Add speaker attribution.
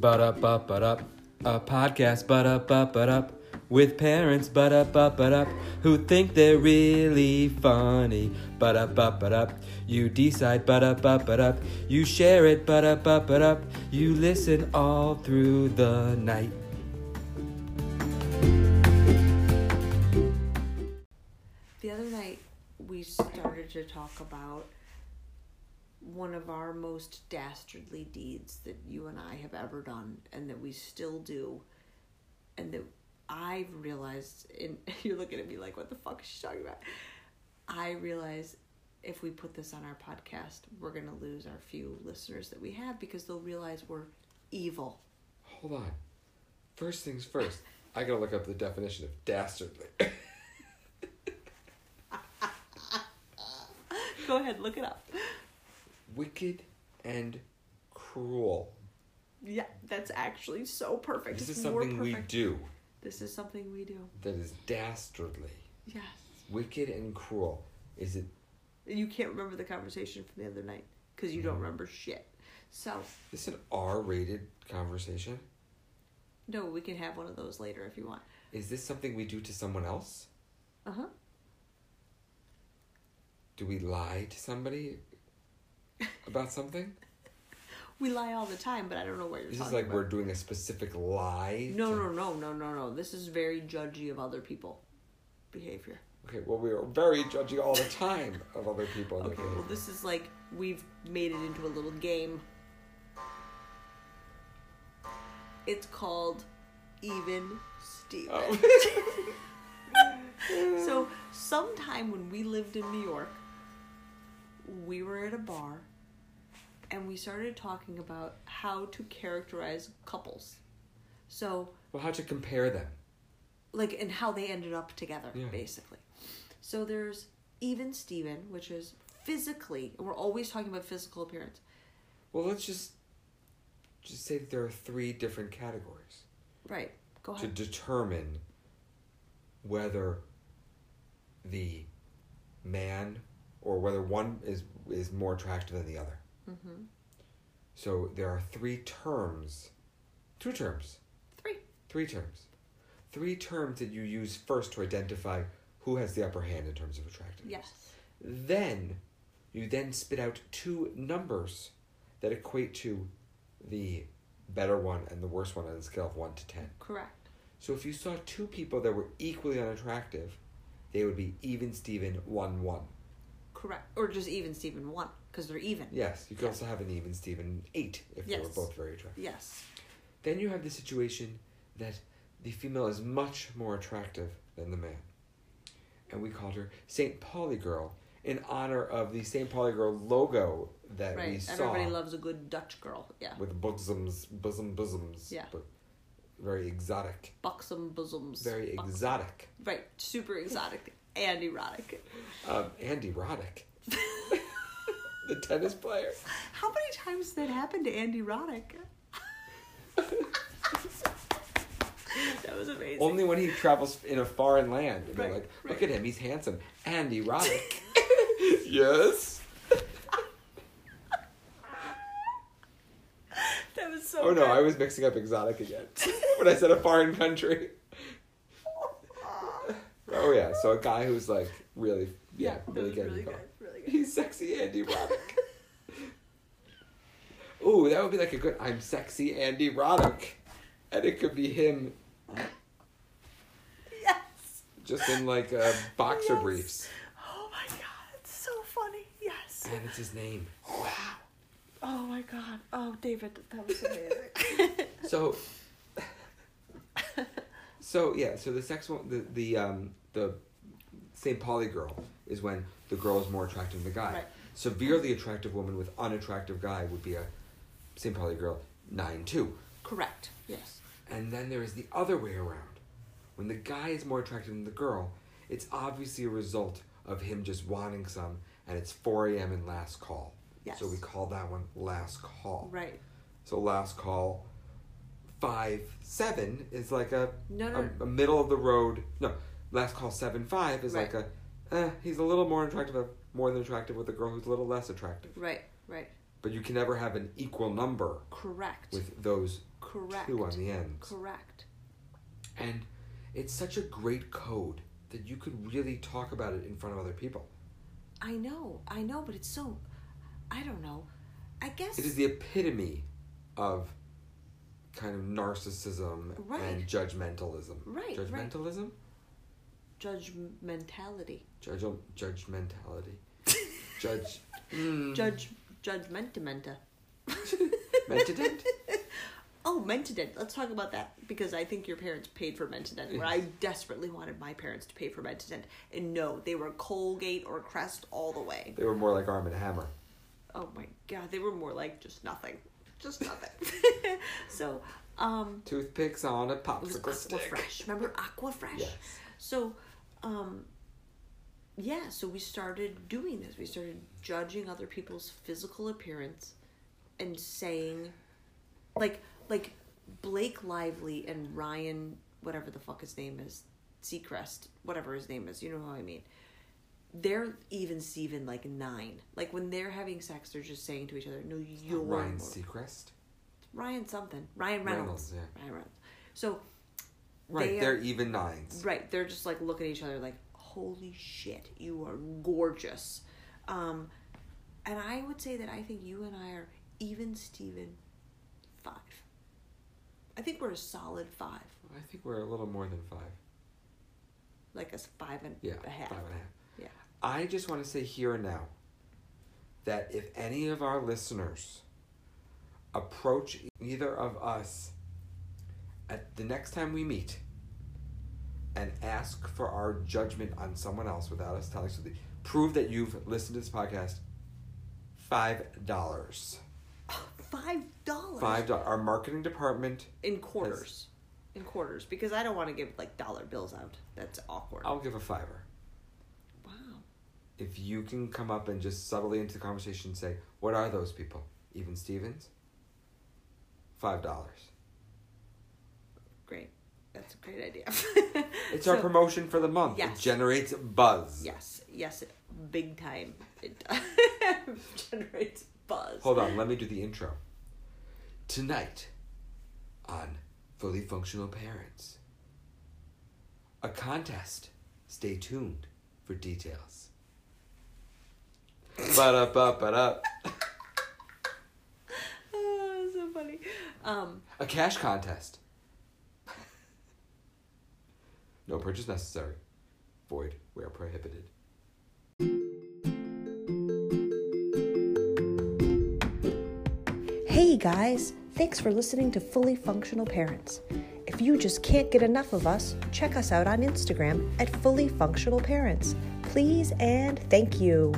Speaker 1: But up, up, but up. A podcast, but up, up, but up. With parents, but up, up, but up. Who think they're really funny. But up, up, but up. You decide, but up, up, but up. You share it, but up, up, but up. You listen all through the night.
Speaker 2: The other night, we started to talk about one of our most dastardly deeds that you and I have ever done and that we still do. And that I've realized, and you're looking at me like, what the fuck is she talking about? I realize if we put this on our podcast, we're going to lose our few listeners that we have because they'll realize we're evil.
Speaker 3: Hold on. First things first, I gotta look up the definition of dastardly.
Speaker 2: Go ahead, look it up.
Speaker 3: Wicked and cruel.
Speaker 2: Yeah, that's actually so perfect.
Speaker 3: This is
Speaker 2: It's more
Speaker 3: something we
Speaker 2: perfect.
Speaker 3: do
Speaker 2: This is something we do.
Speaker 3: that is dastardly.
Speaker 2: Yes.
Speaker 3: Wicked and cruel. Is it
Speaker 2: You can't remember the conversation from the other night because you
Speaker 3: Mm-hmm.
Speaker 2: don't remember shit. So,
Speaker 3: is this an R rated conversation?
Speaker 2: no, we can have one of those later if you want.
Speaker 3: Is this something we do to someone else?
Speaker 2: Uh huh.
Speaker 3: Do we lie to somebody about something?
Speaker 2: We lie all the time, but I don't know what you're
Speaker 3: This
Speaker 2: talking
Speaker 3: is like
Speaker 2: about.
Speaker 3: we're doing a specific lie.
Speaker 2: No,
Speaker 3: to-
Speaker 2: no, no, no, no, no. This is very judgy of other people behavior.
Speaker 3: Okay, well we are very judging all the time of other people. in the
Speaker 2: Okay, well,
Speaker 3: community.
Speaker 2: this is like we've made it into a little game. It's called Even Steven.
Speaker 3: Oh.
Speaker 2: so, sometime when we lived in New York, we were at a bar and we started talking about how to characterize couples. So,
Speaker 3: Well how to compare them.
Speaker 2: like and how they ended up together
Speaker 3: Yeah.
Speaker 2: basically so there's even steven which is physically and we're always talking about physical appearance
Speaker 3: Well, let's just just say that there are three different categories
Speaker 2: right go
Speaker 3: to
Speaker 2: ahead
Speaker 3: determine whether the man or whether one is is more attractive than the other.
Speaker 2: mm-hmm.
Speaker 3: So there are three terms, two terms,
Speaker 2: three
Speaker 3: three terms, three terms that you use first to identify who has the upper hand in terms of attractiveness.
Speaker 2: yes
Speaker 3: Then you then spit out two numbers that equate to the better one and the worse one on a scale of 1 to 10.
Speaker 2: correct
Speaker 3: So if you saw two people that were equally unattractive, they would be even Steven 1 1.
Speaker 2: correct or just even steven one because they're even
Speaker 3: Yes, you could also have an even Steven 8 if they were
Speaker 2: Yes.
Speaker 3: both very attractive.
Speaker 2: yes
Speaker 3: Then you have the situation that the female is much more attractive than the man. And we called her St. Pauli Girl in honor of the St. Pauli Girl logo that we
Speaker 2: right
Speaker 3: saw.
Speaker 2: everybody loves a good dutch girl yeah
Speaker 3: with bosoms, bosom, bosoms.
Speaker 2: Yeah.
Speaker 3: But very exotic.
Speaker 2: buxom bosoms
Speaker 3: Very
Speaker 2: Buxom.
Speaker 3: exotic.
Speaker 2: right super exotic and erotic
Speaker 3: Um, and erotic. the tennis player.
Speaker 2: how many times did that happen to andy roddick that was amazing
Speaker 3: Only when he travels in a foreign land. And they're like,
Speaker 2: Right,
Speaker 3: look
Speaker 2: right.
Speaker 3: at him, he's handsome and erotic. yes.
Speaker 2: That was so.
Speaker 3: Oh no,
Speaker 2: good.
Speaker 3: I was mixing up exotic again. when I said a foreign country. Oh yeah, so a guy who's like really, yeah,
Speaker 2: that
Speaker 3: really
Speaker 2: was
Speaker 3: getting
Speaker 2: really
Speaker 3: going.
Speaker 2: good. Really good.
Speaker 3: He's sexy and erotic. Ooh, that would be like a good I'm sexy and erotic. And it could be him
Speaker 2: yes.
Speaker 3: just in like uh, boxer
Speaker 2: Yes.
Speaker 3: briefs.
Speaker 2: Oh my god, it's so funny. Yes.
Speaker 3: And it's his name.
Speaker 2: Oh my god. Oh, David, that was amazing.
Speaker 3: So So yeah, so the sex one the, the um the St. Pauli girl is when the girl is more attractive than the guy.
Speaker 2: Right.
Speaker 3: Severely attractive woman with unattractive guy would be a St. Pauli girl nine two.
Speaker 2: Correct. Yes.
Speaker 3: And then there is the other way around. When the guy is more attractive than the girl, it's obviously a result of him just wanting some, and it's 4 a.m. and last call.
Speaker 2: Yes.
Speaker 3: So we call that one last call.
Speaker 2: Right.
Speaker 3: So last call, 5 7 is like a,
Speaker 2: No, no.
Speaker 3: a, a middle of the road. No, last call 7 5 is
Speaker 2: Right.
Speaker 3: like a, eh, he's a little more attractive, more than attractive with a girl who's a little less attractive.
Speaker 2: Right. Right.
Speaker 3: But you can never have an equal number
Speaker 2: Correct.
Speaker 3: with those
Speaker 2: Correct.
Speaker 3: two on the ends.
Speaker 2: Correct.
Speaker 3: And it's such a great code that you could really talk about it in front of other people.
Speaker 2: I know, I know, but it's so. I don't know. I guess.
Speaker 3: It is the epitome of kind of narcissism and
Speaker 2: Right.
Speaker 3: judgmentalism.
Speaker 2: Right, right.
Speaker 3: Judgmentalism?
Speaker 2: judgmentality.
Speaker 3: Judge judgmentality. Judge mm,
Speaker 2: Judge. Judgmentamenta.
Speaker 3: mentident?
Speaker 2: Oh, Mentadent. Let's talk about that because I think your parents paid for Mentadent, where I desperately wanted my parents to pay for Mentadent. And no, they were Colgate or Crest all the way.
Speaker 3: They were more like Arm and Hammer.
Speaker 2: Oh my god, they were more like just nothing. Just nothing. so, um,
Speaker 3: Toothpicks on a
Speaker 2: it was
Speaker 3: popsicle
Speaker 2: Aqua
Speaker 3: stick.
Speaker 2: Fresh. Remember Aqua Fresh?
Speaker 3: Yes.
Speaker 2: So, um, yeah, so we started doing this. We started judging other people's physical appearance and saying, like, like Blake Lively and Ryan, whatever the fuck his name is, Seacrest, whatever his name is, you know what I mean. They're even Steven like nine. Like when they're having sex, they're just saying to each other, "No, you're
Speaker 3: Ryan
Speaker 2: more-
Speaker 3: Seacrest.
Speaker 2: Ryan something, Ryan Reynolds,
Speaker 3: Reynolds, yeah.
Speaker 2: Ryan Reynolds." So
Speaker 3: Right,
Speaker 2: They
Speaker 3: they are
Speaker 2: are-
Speaker 3: even nines.
Speaker 2: Right. They're just like looking at each other like, holy shit, you are gorgeous. Um, and I would say that I think you and I are even Steven five. I think we're a solid five,
Speaker 3: I think we're a little more than five.
Speaker 2: like a s- five and
Speaker 3: Yeah,
Speaker 2: a half.
Speaker 3: five and a half.
Speaker 2: Yeah.
Speaker 3: I just want to say here and now that if any of our listeners approach either of us at the next time we meet and ask for our judgment on someone else without us telling you, prove that you've listened to this podcast. Five dollars.
Speaker 2: Five dollars.
Speaker 3: Five dollars. Our marketing department.
Speaker 2: in quarters. In quarters, because I don't want to give like dollar bills out. That's awkward.
Speaker 3: I'll give a fiver.
Speaker 2: Wow.
Speaker 3: if you can come up and just subtly into the conversation say, What are those people? Even Stevens? Five dollars.
Speaker 2: Great. That's a great idea.
Speaker 3: It's
Speaker 2: So-
Speaker 3: our promotion for the month.
Speaker 2: Yes.
Speaker 3: It generates buzz.
Speaker 2: Yes, yes, big time. It generates buzz.
Speaker 3: Hold on, let me do the intro. Tonight on Fully Functional Parents. A contest. Stay tuned for details. ba da ba ba da.
Speaker 2: Oh, so funny. Um,
Speaker 3: A cash contest. no purchase necessary. Void where prohibited.
Speaker 4: Hey guys, thanks for listening to Fully Functional Parents. If you just can't get enough of us, check us out on Instagram at Fully Functional Parents. Please and thank you.